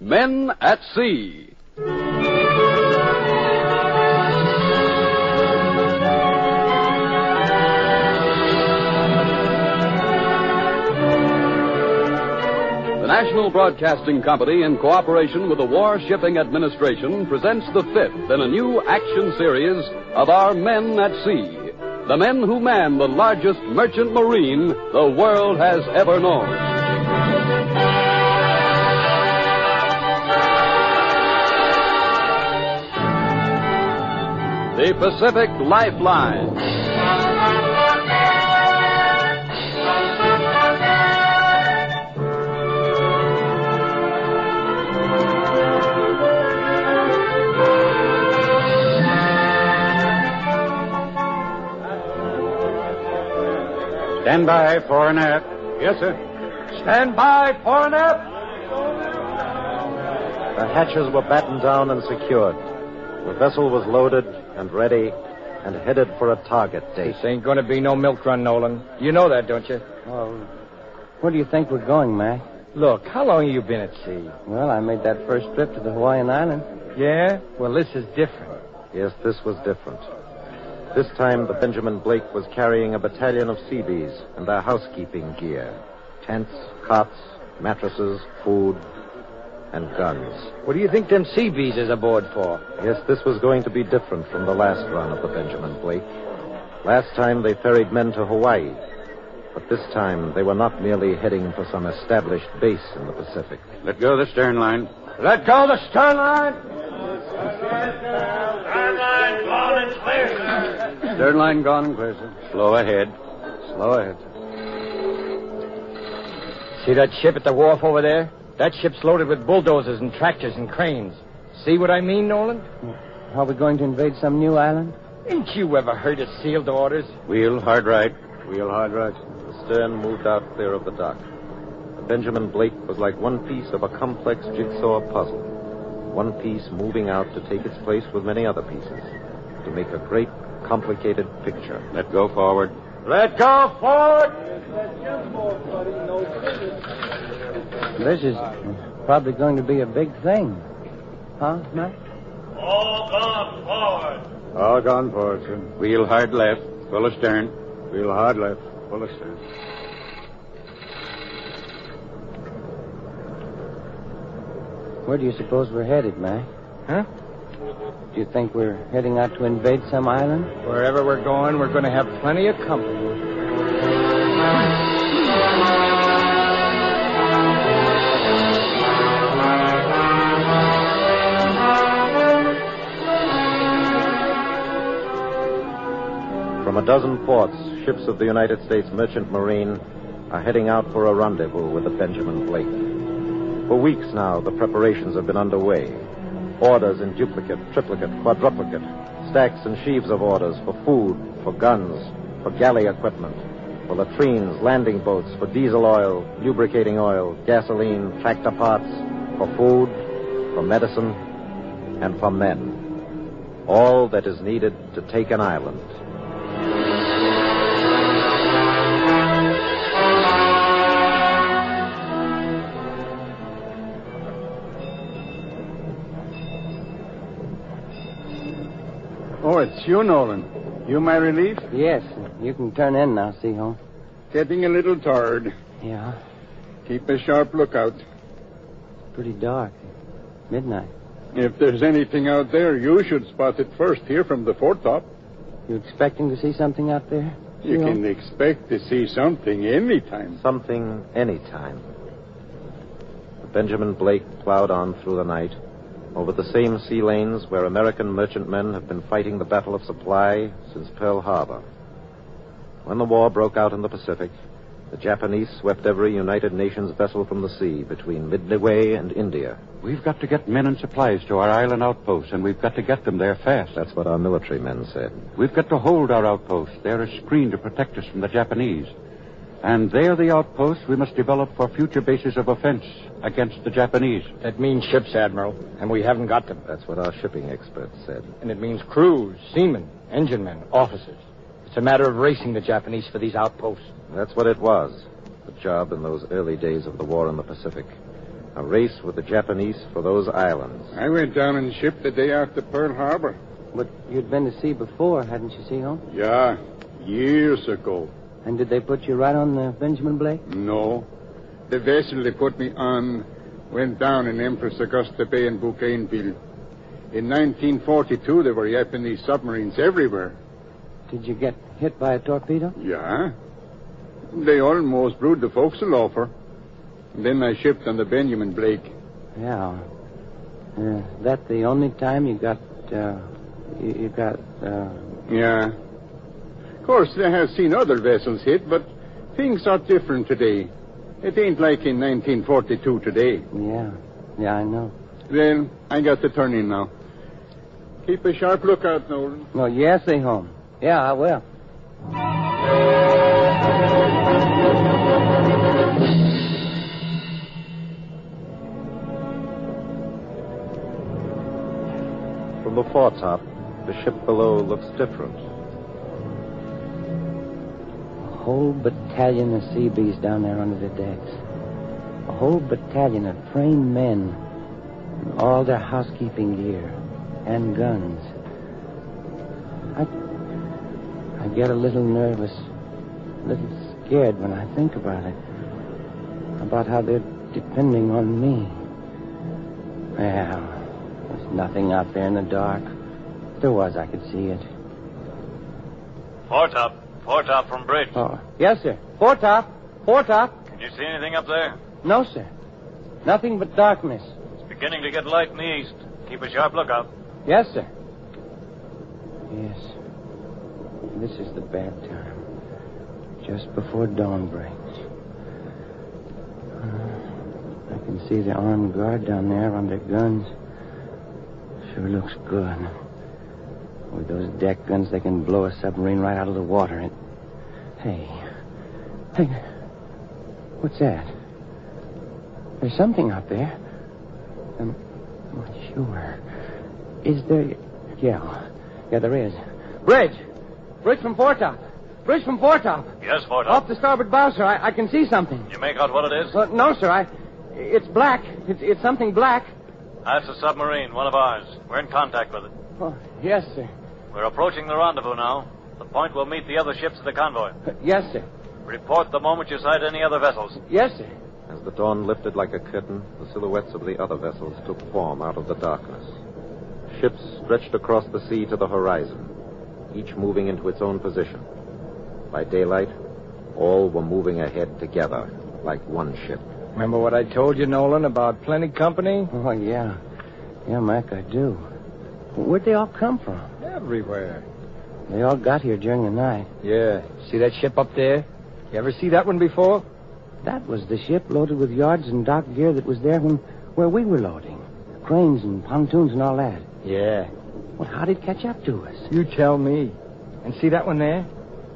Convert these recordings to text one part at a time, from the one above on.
Men at Sea. The National Broadcasting Company, in cooperation with the War Shipping Administration, presents the fifth in a new action series of our Men at Sea. The men who man the largest merchant marine the world has ever known. The Pacific Lifeline. Stand by for a nap. Yes, sir. Stand by for a nap. The hatches were battened down and secured. The vessel was loaded and ready and headed for a target date. This ain't gonna be no milk run, Nolan. You know that, don't you? Well, where do you think we're going, Mac? Look, how long have you been at sea? Well, I made that first trip to the Hawaiian Island. Yeah? Well, this is different. Yes, this was different. This time, the Benjamin Blake was carrying a battalion of Seabees and their housekeeping gear tents, cots, mattresses, food, and guns. What do you think them sea bees is aboard for? Yes, this was going to be different from the last run of the Benjamin Blake. Last time they ferried men to Hawaii, but this time they were not merely heading for some established base in the Pacific. Let go of the stern line. Let go the stern line! Stern line gone and clear, sir. Slow ahead. Slow ahead, See that ship at the wharf over there? That ship's loaded with bulldozers and tractors and cranes. See what I mean, Nolan? Are we going to invade some new island? Ain't you ever heard of sealed orders? Wheel hard right. Wheel hard right. The stern moved out clear of the dock. The Benjamin Blake was like one piece of a complex jigsaw puzzle. One piece moving out to take its place with many other pieces to make a great, complicated picture. Let go forward. Let go forward! This is probably going to be a big thing. Huh, Mac? All gone forward. All gone forward, sir. Wheel hard left. Full astern. Wheel hard left. Full astern. Where do you suppose we're headed, Mac? Huh? Do you think we're heading out to invade some island? Wherever we're going, we're gonna have plenty of company. From a dozen ports, ships of the United States Merchant Marine are heading out for a rendezvous with the Benjamin Blake. For weeks now, the preparations have been underway. Orders in duplicate, triplicate, quadruplicate, stacks and sheaves of orders for food, for guns, for galley equipment, for latrines, landing boats, for diesel oil, lubricating oil, gasoline, tractor parts, for food, for medicine, and for men. All that is needed to take an island. Oh, it's you, Nolan. You my relief? Yes, you can turn in now, Seaholm. Getting a little tired. Yeah, Keep a sharp lookout. pretty dark. Midnight. If there's anything out there, you should spot it first here from the foretop. You expecting to see something out there? You Seaholm? can expect to see something anytime. Something, anytime. Benjamin Blake plowed on through the night, over the same sea lanes where American merchantmen have been fighting the Battle of Supply since Pearl Harbor. When the war broke out in the Pacific, the Japanese swept every United Nations vessel from the sea between Midway and India. We've got to get men and supplies to our island outposts, and we've got to get them there fast. That's what our military men said. We've got to hold our outposts. They're a screen to protect us from the Japanese. And they're the outposts we must develop for future bases of offense against the Japanese. That means ships, Admiral, and we haven't got them. That's what our shipping experts said. And it means crews, seamen, engine men, officers. It's a matter of racing the Japanese for these outposts. That's what it was. The job in those early days of the war in the Pacific. A race with the Japanese for those islands. I went down in ship the day after Pearl Harbor. But you'd been to sea before, hadn't you, Seaholm? Yeah, years ago. And did they put you right on the Benjamin Blake? No. The vessel they put me on went down in Empress Augusta Bay and Bougainville. In 1942, there were Japanese submarines everywhere. Did you get hit by a torpedo? Yeah. They almost brewed the forecastle offer. Then I shipped on the Benjamin Blake. Yeah. Uh, that the only time you got, uh, you, you got, uh, Yeah. Of course, I have seen other vessels hit, but things are different today. It ain't like in 1942 today. yeah. Yeah, I know. Well, I got to turn in now. Keep a sharp lookout, Nolan. Well, yes, Seaholm. Yeah, I will. From the foretop, the ship below looks different. A whole battalion of Seabees down there under the decks. A whole battalion of trained men. in All their housekeeping gear and guns. I, I get a little nervous, a little scared when I think about it. About how they're depending on me. Well, there's nothing out there in the dark. If there was, I could see it. Foretop. Foretop from bridge. Oh, yes, sir. Foretop. Foretop. Can you see anything up there? No, sir. Nothing but darkness. It's beginning to get light in the east. Keep a sharp lookout. Yes, sir. Yes. This is the bad time. Just before dawn breaks. Uh, I can see the armed guard down there on their guns. Sure looks good. With those deck guns, they can blow a submarine right out of the water. It... Hey. Hey. What's that? There's something out there. I'm not sure. Is there. Yeah. Yeah, there is. Bridge! Bridge from foretop! Bridge from foretop! Yes, foretop. Off the starboard bow, sir. I, I can see something. You make out what it is? Uh, no, sir. I. It's black. It's, it's something black. That's a submarine, one of ours. We're in contact with it. Oh, yes, sir. We're approaching the rendezvous now. The point we'll meet the other ships of the convoy. Uh, Yes, sir. Report the moment you sight any other vessels. Yes, sir. As the dawn lifted like a curtain, the silhouettes of the other vessels took form out of the darkness. Ships stretched across the sea to the horizon, each moving into its own position. By daylight, all were moving ahead together, like one ship. Remember what I told you, Nolan, about plenty company? Oh, yeah. Yeah, Mac, I do. Where'd they all come from? Everywhere. They all got here during the night. Yeah. See that ship up there? You ever see that one before? That was the ship loaded with yards and dock gear that was there when where we were loading. Cranes and pontoons and all that. Yeah. Well, how'd it catch up to us? You tell me. And see that one there?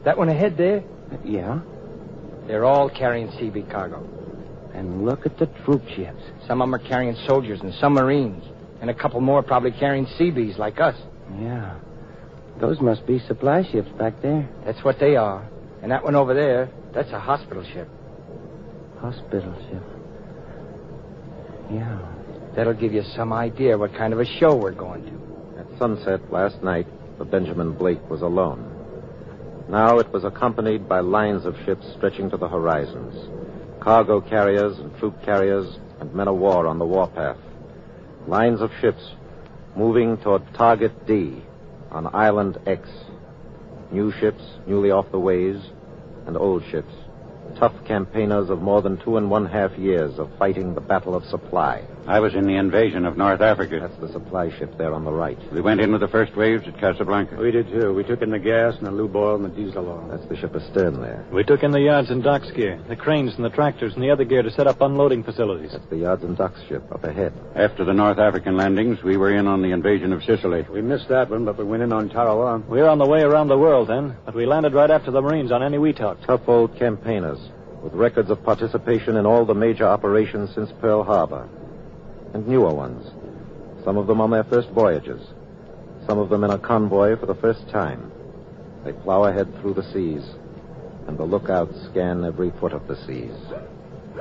That one ahead there? Yeah. They're all carrying CB cargo. And look at the troop ships. Some of them are carrying soldiers and some Marines. And a couple more probably carrying CBs like us. Yeah. Those must be supply ships back there. That's what they are. And that one over there, that's a hospital ship. Hospital ship. Yeah. That'll give you some idea what kind of a show we're going to. At sunset last night, the Benjamin Blake was alone. Now it was accompanied by lines of ships stretching to the horizons cargo carriers and troop carriers and men of war on the warpath. Lines of ships moving toward Target D on Island X. New ships newly off the ways and old ships. Tough campaigners of more than two and one half years of fighting the Battle of Supply. I was in the invasion of North Africa. That's the supply ship there on the right. We went in with the first waves at Casablanca. We did too. We took in the gas and the lube oil and the diesel oil. That's the ship astern there. We took in the yards and docks gear, the cranes and the tractors and the other gear to set up unloading facilities. That's the yards and docks ship up ahead. After the North African landings, we were in on the invasion of Sicily. We missed that one, but we went in on Tarawa. We were on the way around the world then, but we landed right after the Marines on Eniwetok. Tough old campaigners with records of participation in all the major operations since Pearl Harbor. And newer ones. Some of them on their first voyages. Some of them in a convoy for the first time. They plow ahead through the seas, and the lookouts scan every foot of the seas. Submarine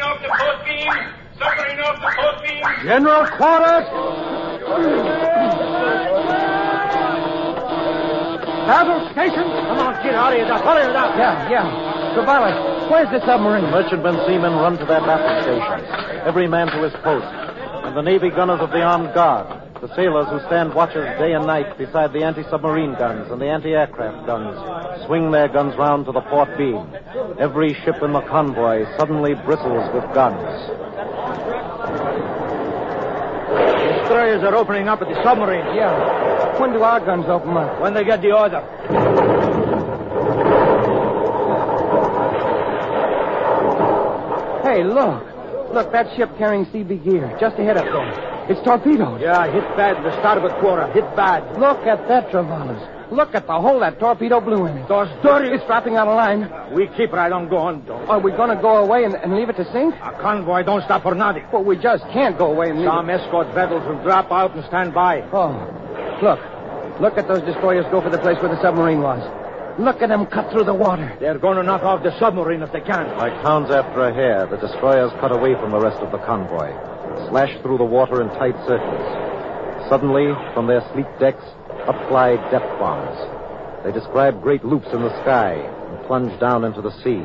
up the 14. General quarters! Battle station! Come on, get out of here. Now, hurry it up. Yeah, yeah. Cavalli, where's the submarine? Merchantmen seamen run to their battle stations, every man to his post, and the Navy gunners of the armed guard, the sailors who stand watches day and night beside the anti-submarine guns and the anti-aircraft guns, swing their guns round to the port beam. Every ship in the convoy suddenly bristles with guns. Destroyers are opening up at the submarine. Yeah. When do our guns open up? When they get the order. Hey, look. Look, that ship carrying CB gear. Just ahead up there. It's torpedoes. Yeah, hit bad. The start of a quarter. Hit bad. Look at that, Travanas. Look at the hole that torpedo blew in it. Those dirty. It's dropping out of line. We keep right on going, though. Are we going to go away and, and leave it to sink? A convoy don't stop for nothing. Well, we just can't go away and leave Some it. escort vessels will drop out and stand by. Oh, look. Look at those destroyers go for the place where the submarine was. Look at them cut through the water. They're going to knock off the submarine if they can. Like hounds after a hare, the destroyers cut away from the rest of the convoy, slash through the water in tight circles. Suddenly, from their sleek decks, up fly depth bombs. They describe great loops in the sky and plunge down into the sea.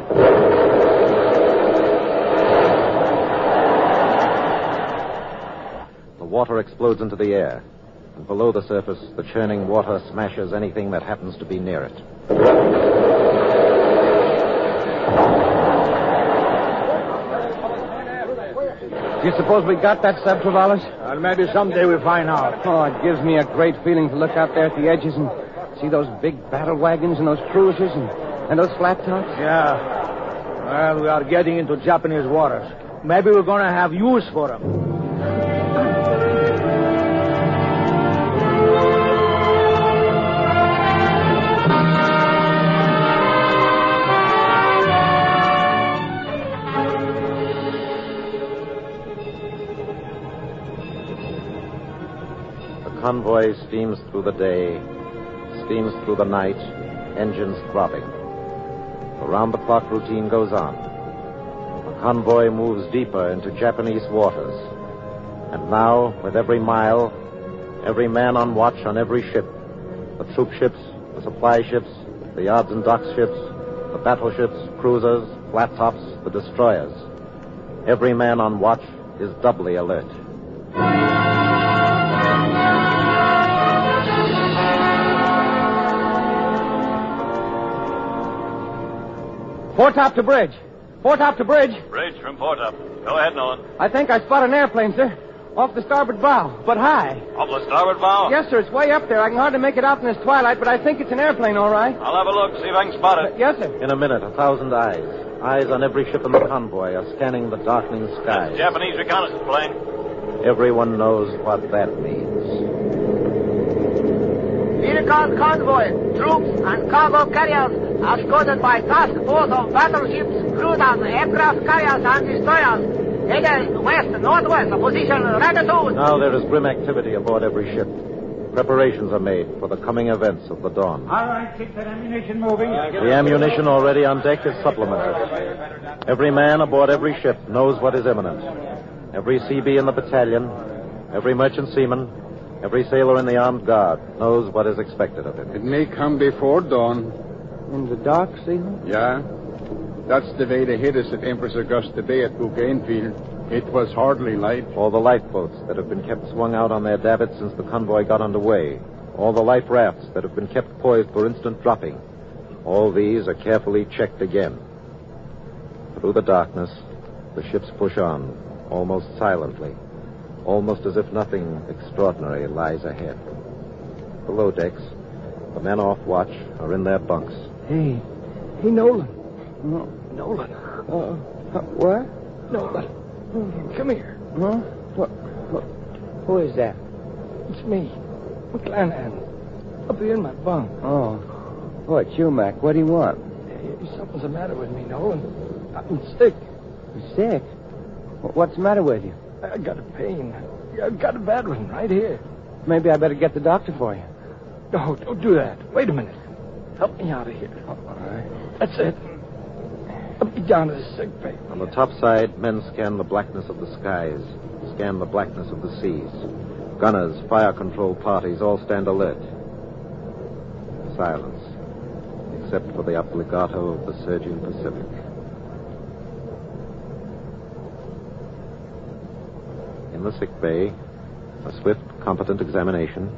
The water explodes into the air, and below the surface, the churning water smashes anything that happens to be near it. Do you suppose we got that sub, Travalas? And maybe someday we'll find out. Oh, it gives me a great feeling to look out there at the edges and see those big battle wagons and those cruisers and, and those flat tops. Yeah. Well, we are getting into Japanese waters. Maybe we're going to have use for them. The convoy steams through the day, steams through the night, engines throbbing. The round the clock routine goes on. The convoy moves deeper into Japanese waters. And now, with every mile, every man on watch on every ship the troop ships, the supply ships, the yards and docks ships, the battleships, cruisers, flat tops, the destroyers every man on watch is doubly alert. Port up to bridge. Port up to bridge. Bridge from port up. Go ahead, Nolan. I think I spot an airplane, sir. Off the starboard bow, but high. Off the starboard bow? Yes, sir. It's way up there. I can hardly make it out in this twilight, but I think it's an airplane, all right. I'll have a look, see if I can spot it. Yes, sir. In a minute, a thousand eyes, eyes on every ship in the convoy, are scanning the darkening That's a sky. Japanese reconnaissance plane. Everyone knows what that means. Vehicle convoy, troops, and cargo carriers are escorted by task force of battleships, cruisers, aircraft carriers, and destroyers. Headed west, northwest, position latitude. Now there is grim activity aboard every ship. Preparations are made for the coming events of the dawn. All right, keep that ammunition moving. The ammunition already on deck is supplemented. Every man aboard every ship knows what is imminent. Every CB in the battalion, every merchant seaman, every sailor in the armed guard knows what is expected of him. It may come before dawn. In the dark, Seaman? Yeah? That's the way they hit us at Empress Augusta Bay at Bougain Field. It was hardly light. All the lifeboats that have been kept swung out on their davits since the convoy got underway, all the life rafts that have been kept poised for instant dropping, all these are carefully checked again. Through the darkness, the ships push on, almost silently, almost as if nothing extraordinary lies ahead. Below decks, the men off watch are in their bunks. Hey. Hey, Nolan. No, Nolan. Uh, uh, what? Nolan. Come here. Huh? What, what? Who is that? It's me. McClanahan. Up here in my bunk. Oh. Oh, it's you, Mac. What do you want? Something's the matter with me, Nolan. I'm sick. You're sick? Wh- What's the matter with you? I got a pain. I've got a bad one right here. Maybe I better get the doctor for you. No, don't do that. Wait a minute. Help me out of here. All right. That's it. Help me down to the sick bay. On the top side, men scan the blackness of the skies, scan the blackness of the seas. Gunners, fire control parties all stand alert. Silence, except for the obligato of the surging Pacific. In the sick bay, a swift, competent examination,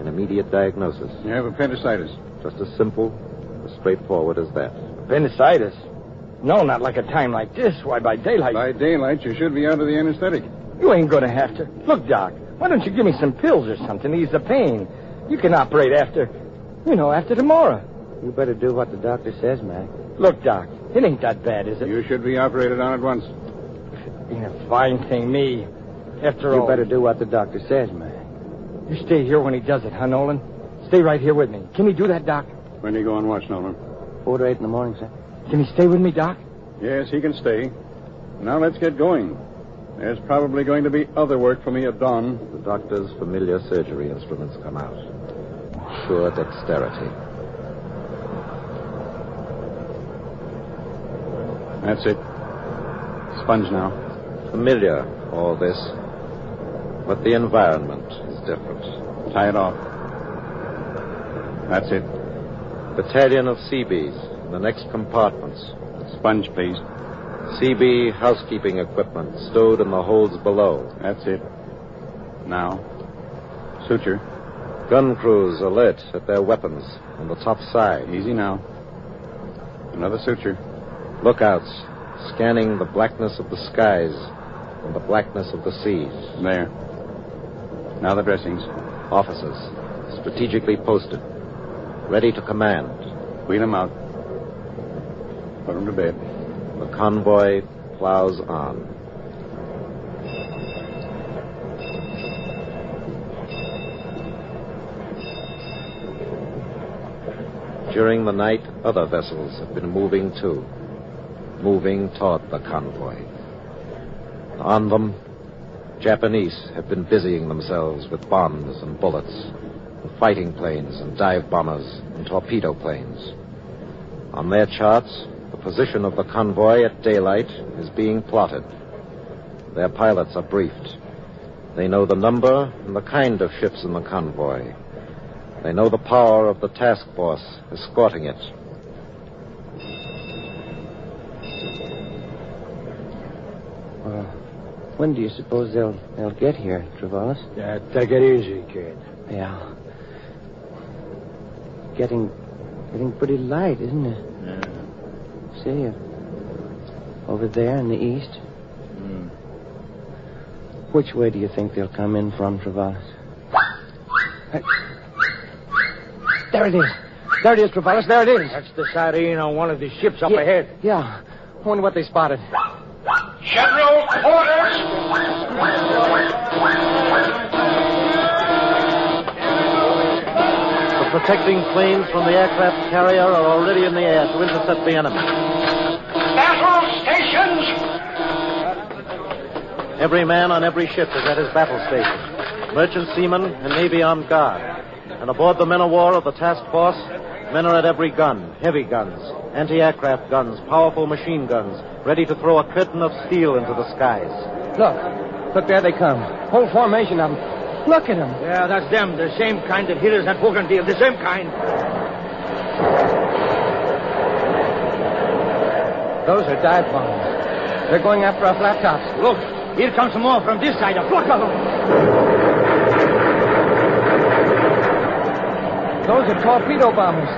an immediate diagnosis. You have appendicitis. Just as simple, as straightforward as that. Appendicitis? No, not like a time like this. Why, by daylight. By daylight, you should be out of the anesthetic. You ain't going to have to. Look, Doc, why don't you give me some pills or something to ease the pain? You can operate after, you know, after tomorrow. You better do what the doctor says, Mac. Look, Doc, it ain't that bad, is it? You should be operated on at once. Ain't a fine thing, me. After you all. better do what the doctor says, Mac. You stay here when he does it, huh, Nolan? Stay right here with me. Can he do that, Doc? When do you go on watch, Nolan? Four to eight in the morning, sir. Can he stay with me, Doc? Yes, he can stay. Now let's get going. There's probably going to be other work for me at dawn. The doctor's familiar surgery instruments come out. Sure dexterity. That's it. Sponge now. Familiar, all this. But the environment is different. Tie it off. That's it. Battalion of Seabees in the next compartments. Sponge, please. CB housekeeping equipment stowed in the holds below. That's it. Now. Suture. Gun crews alert at their weapons on the top side. Easy now. Another suture. Lookouts scanning the blackness of the skies and the blackness of the seas. There. Now the dressings. Officers, strategically posted, ready to command. Wheel 'em out. Put 'em to bed. The convoy plows on. During the night, other vessels have been moving too, moving toward the convoy. On them, Japanese have been busying themselves with bombs and bullets, and fighting planes and dive bombers and torpedo planes. On their charts, the position of the convoy at daylight is being plotted. Their pilots are briefed. They know the number and the kind of ships in the convoy. They know the power of the task force escorting it. Well, when do you suppose they'll they'll get here, Travalis? Yeah, take it easy, kid. Yeah. Getting getting pretty light, isn't it? Yeah. See it over there in the east. Hmm. Mm. Which way do you think they'll come in from, Travalis? Hey. There it is. There it is, Travalis. There it is. That's the sighting on one of the ships up yeah, ahead. Yeah. Wonder what they spotted. General quarters! The protecting planes from the aircraft carrier are already in the air to intercept the enemy. Battle stations! Every man on every ship is at his battle station. Merchant seamen and Navy on guard. And aboard the men of war of the task force, men are at every gun, heavy guns, anti-aircraft guns, powerful machine guns, ready to throw a curtain of steel into the skies. Look. Look, there they come. Whole formation of them. Look at them. Yeah, that's them. The same kind that hit us at Bougainville. The same kind. Those are dive bombers. They're going after our flat tops. Look, here comes more from this side. A flock of them. Those are torpedo bombers.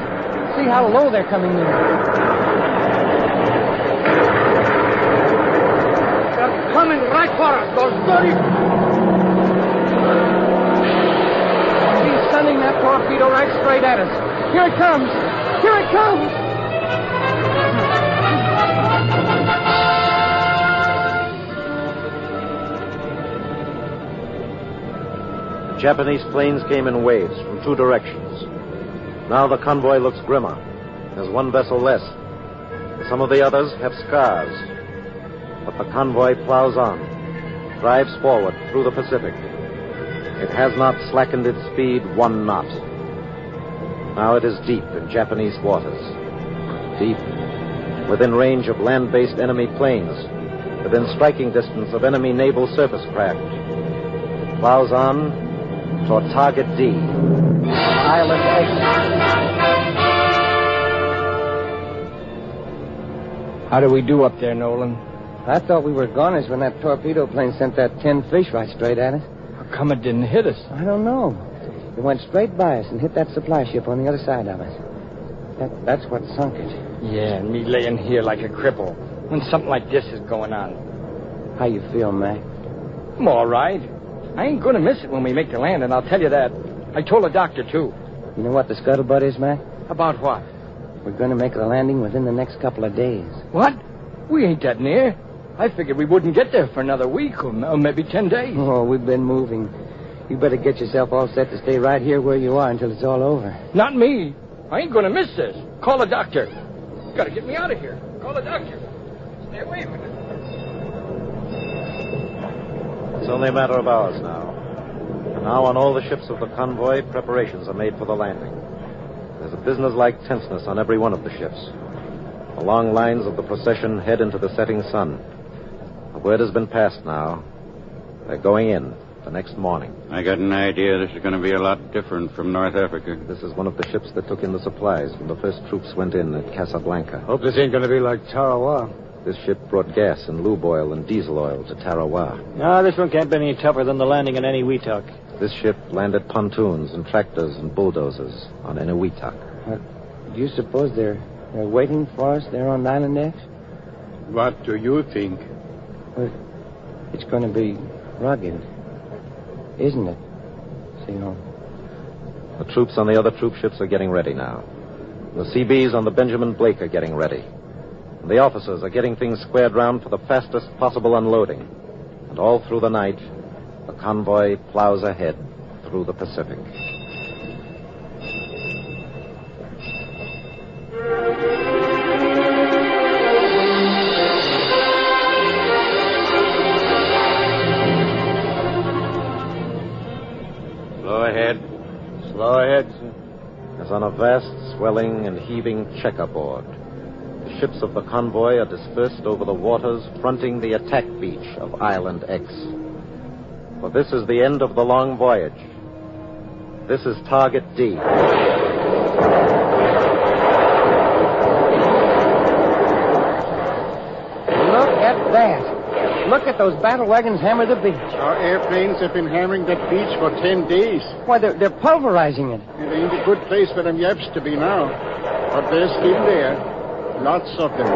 See how low they're coming in. They're coming right for us. Those bloody... He's sending that torpedo right straight at us. Here it comes. Here it comes. The Japanese planes came in waves from two directions. Now the convoy looks grimmer. There's one vessel less. Some of the others have scars. But the convoy plows on, drives forward through the Pacific. It has not slackened its speed one knot. Now it is deep in Japanese waters. Deep. Within range of land based enemy planes. within striking distance of enemy naval surface craft. It plows on toward target D. Pilot How do we do up there, Nolan? I thought we were goners when that torpedo plane sent that tin fish right straight at us. How come it didn't hit us? I don't know. It went straight by us and hit that supply ship on the other side of us. That, that's what sunk it. Yeah, and me laying here like a cripple when something like this is going on. How you feel, Mac? I'm all right. I ain't going to miss it when we make the landing, I'll tell you that. I told the doctor, too. You know what the scuttlebutt is, Mac? About what? We're going to make the landing within the next couple of days. What? We ain't that near. I figured we wouldn't get there for another week or, m- or maybe ten days. Oh, we've been moving. You better get yourself all set to stay right here where you are until it's all over. Not me. I ain't going to miss this. Call the doctor. Gotta get me out of here. Call the doctor. Stay away from it. It's only a matter of hours now. And now, on all the ships of the convoy, preparations are made for the landing. There's a businesslike tenseness on every one of the ships. The long lines of the procession head into the setting sun. The word has been passed now. They're going in the next morning. I got an idea this is going to be a lot different from North Africa. This is one of the ships that took in the supplies when the first troops went in at Casablanca. Hope this ain't going to be like Tarawa. This ship brought gas and lube oil and diesel oil to Tarawa. No, this one can't be any tougher than the landing in any Wetuck. This ship landed pontoons and tractors and bulldozers on Inuitak. Do you suppose they're, they're waiting for us there on Island X? What do you think? It's going to be rugged, isn't it, Senor? The troops on the other troop ships are getting ready now. The CBs on the Benjamin Blake are getting ready. And the officers are getting things squared round for the fastest possible unloading. And all through the night, the convoy plows ahead through the Pacific. Slow ahead. Slow ahead, sir. As on a vast, swelling, and heaving checkerboard, the ships of the convoy are dispersed over the waters fronting the attack beach of Island X. For this is the end of the long voyage. This is Target D. Look at that. Look at those battle wagons hammer the beach. Our airplanes have been hammering that beach for ten days. Why, they're, they're pulverizing it. It ain't a good place for them yaps to be now. But they're still there. Lots of them.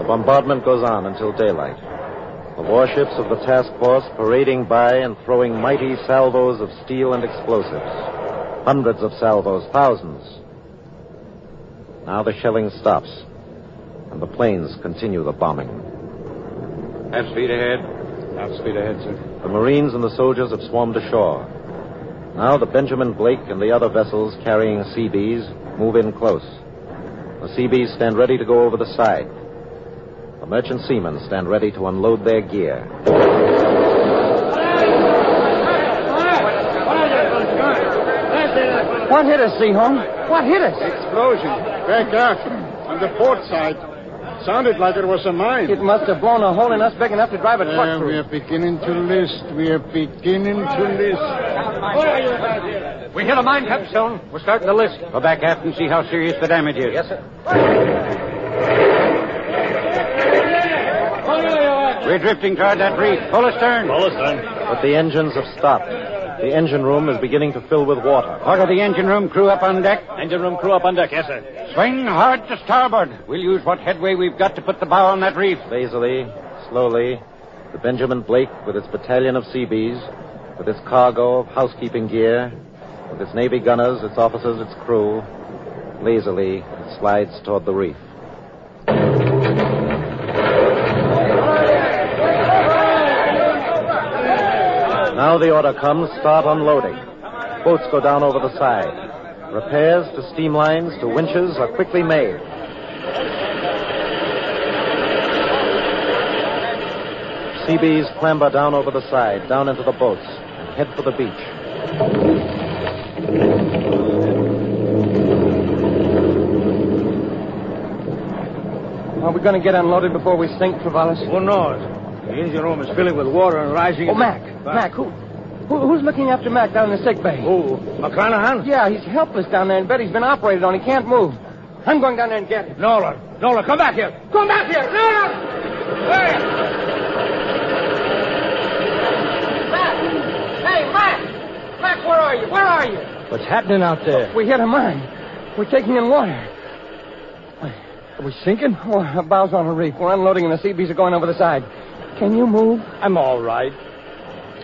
The bombardment goes on until daylight. The warships of the task force parading by and throwing mighty salvos of steel and explosives. Hundreds of salvos, thousands. Now the shelling stops, and the planes continue the bombing. Half speed ahead. Half speed ahead, sir. The Marines and the soldiers have swarmed ashore. Now the Benjamin Blake and the other vessels carrying CBs move in close. The CBs stand ready to go over the side. The merchant seamen stand ready to unload their gear. What hit us, Seahorn? What hit us? Explosion. Back up. On the port side. Sounded like it was a mine. It must have blown a hole in us big enough to drive a truck Uh, we through. are beginning to list. We are beginning to list. We hit a mine capstone. We're starting to list. Go back aft and see how serious the damage is. Yes, sir. We're drifting toward that reef. Pull astern. Pull astern. But the engines have stopped. The engine room is beginning to fill with water. Order the engine room crew up on deck. Engine room crew up on deck. Yes, sir. Swing hard to starboard. We'll use what headway we've got to put the bow on that reef. Lazily, slowly, the Benjamin Blake with its battalion of CBs, with its cargo of housekeeping gear, with its Navy gunners, its officers, its crew, lazily it slides toward the reef. Now the order comes, start unloading. Boats go down over the side. Repairs to steam lines, to winches are quickly made. CBs clamber down over the side, down into the boats, and head for the beach. Are we going to get unloaded before we sink, Travalis? Who knows? The engine room is filling with water and rising. Oh, Mac. Mac, who, who- who's looking after Mac down in the sick bay? Who? McClanahan? Yeah, he's helpless down there in bed. He's been operated on. He can't move. I'm going down there and get him. Nolan, Nolan, come back here. Come back here! No! Hey! Mac! Hey, Mac! Mac, where are you? Where are you? What's happening out there? We hit a mine. We're taking in water. Wait, Are we sinking? Oh, our bow's on a reef. We're unloading and the CBs are going over the side. Can you move? I'm all right.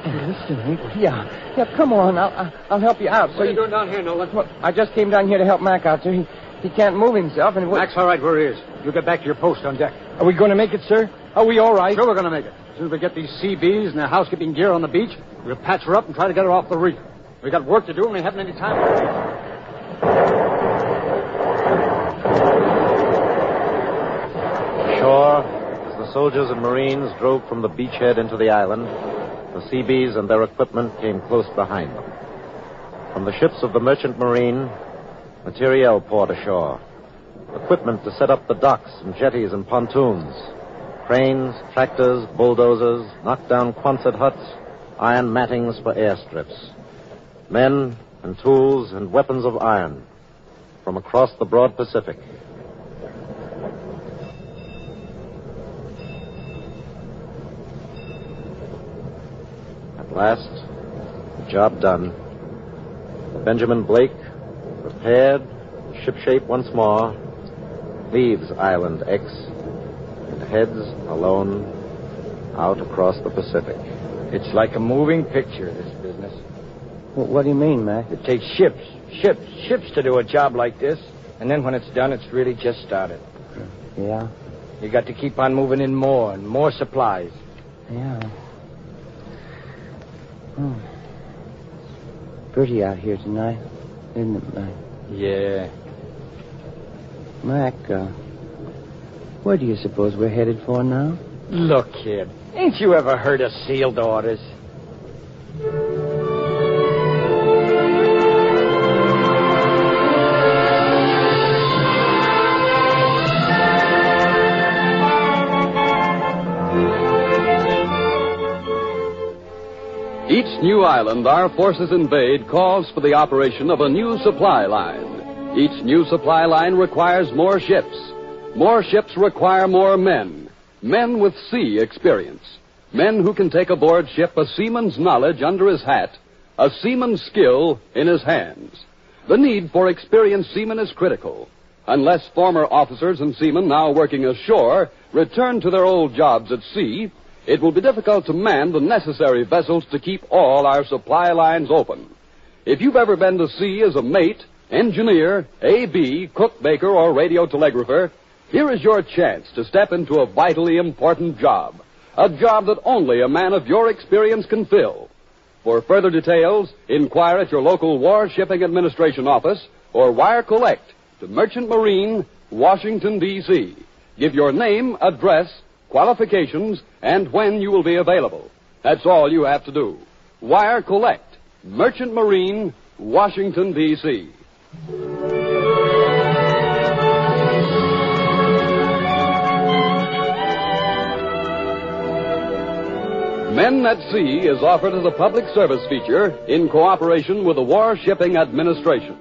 Listen, Hank. Yeah. Yeah, come on. I'll, I'll- I'll help you out. So you... doing down here, Nolan? I just came down here to help Mac out, sir. He, he can't move himself, and... Mac's all right where he is. You get back to your post on deck. Are we going to make it, sir? Are we all right? Sure, we're going to make it. As soon as we get these CBs and their housekeeping gear on the beach, we'll patch her up and try to get her off the reef. We got work to do, and we haven't any time. Ashore, as the soldiers and marines drove from the beachhead into the island, the CBs and their equipment came close behind them. From the ships of the merchant marine, materiel poured ashore. Equipment to set up the docks and jetties and pontoons. Cranes, tractors, bulldozers, knockdown Quonset huts, iron mattings for airstrips. Men and tools and weapons of iron from across the broad Pacific. At last, the job done. The Benjamin Blake, repaired, shipshape once more, leaves Island X and heads alone out across the Pacific. It's like a moving picture, this business. Wh- what do you mean, Mac? It takes ships, ships, ships to do a job like this. And then when it's done, it's really just started. Yeah? You got to keep on moving in more and more supplies. Yeah. Hmm. Pretty out here tonight, isn't it, Mac? Yeah. Mac, uh, where do you suppose we're headed for now? Look, kid, ain't you ever heard of sealed orders? Each new island our forces invade calls for the operation of a new supply line. Each new supply line requires more ships. More ships require more men. Men with sea experience. Men who can take aboard ship a seaman's knowledge under his hat, a seaman's skill in his hands. The need for experienced seamen is critical. Unless former officers and seamen now working ashore return to their old jobs at sea, it will be difficult to man the necessary vessels to keep all our supply lines open. If you've ever been to sea as a mate, engineer, AB, cook baker, or radio telegrapher, here is your chance to step into a vitally important job. A job that only a man of your experience can fill. For further details, inquire at your local War Shipping Administration office or wire collect to Merchant Marine, Washington, D.C. Give your name, address, qualifications, and when you will be available. That's all you have to do. Wire collect, Merchant Marine, Washington, D.C. Men at Sea is offered as a public service feature in cooperation with the War Shipping Administration.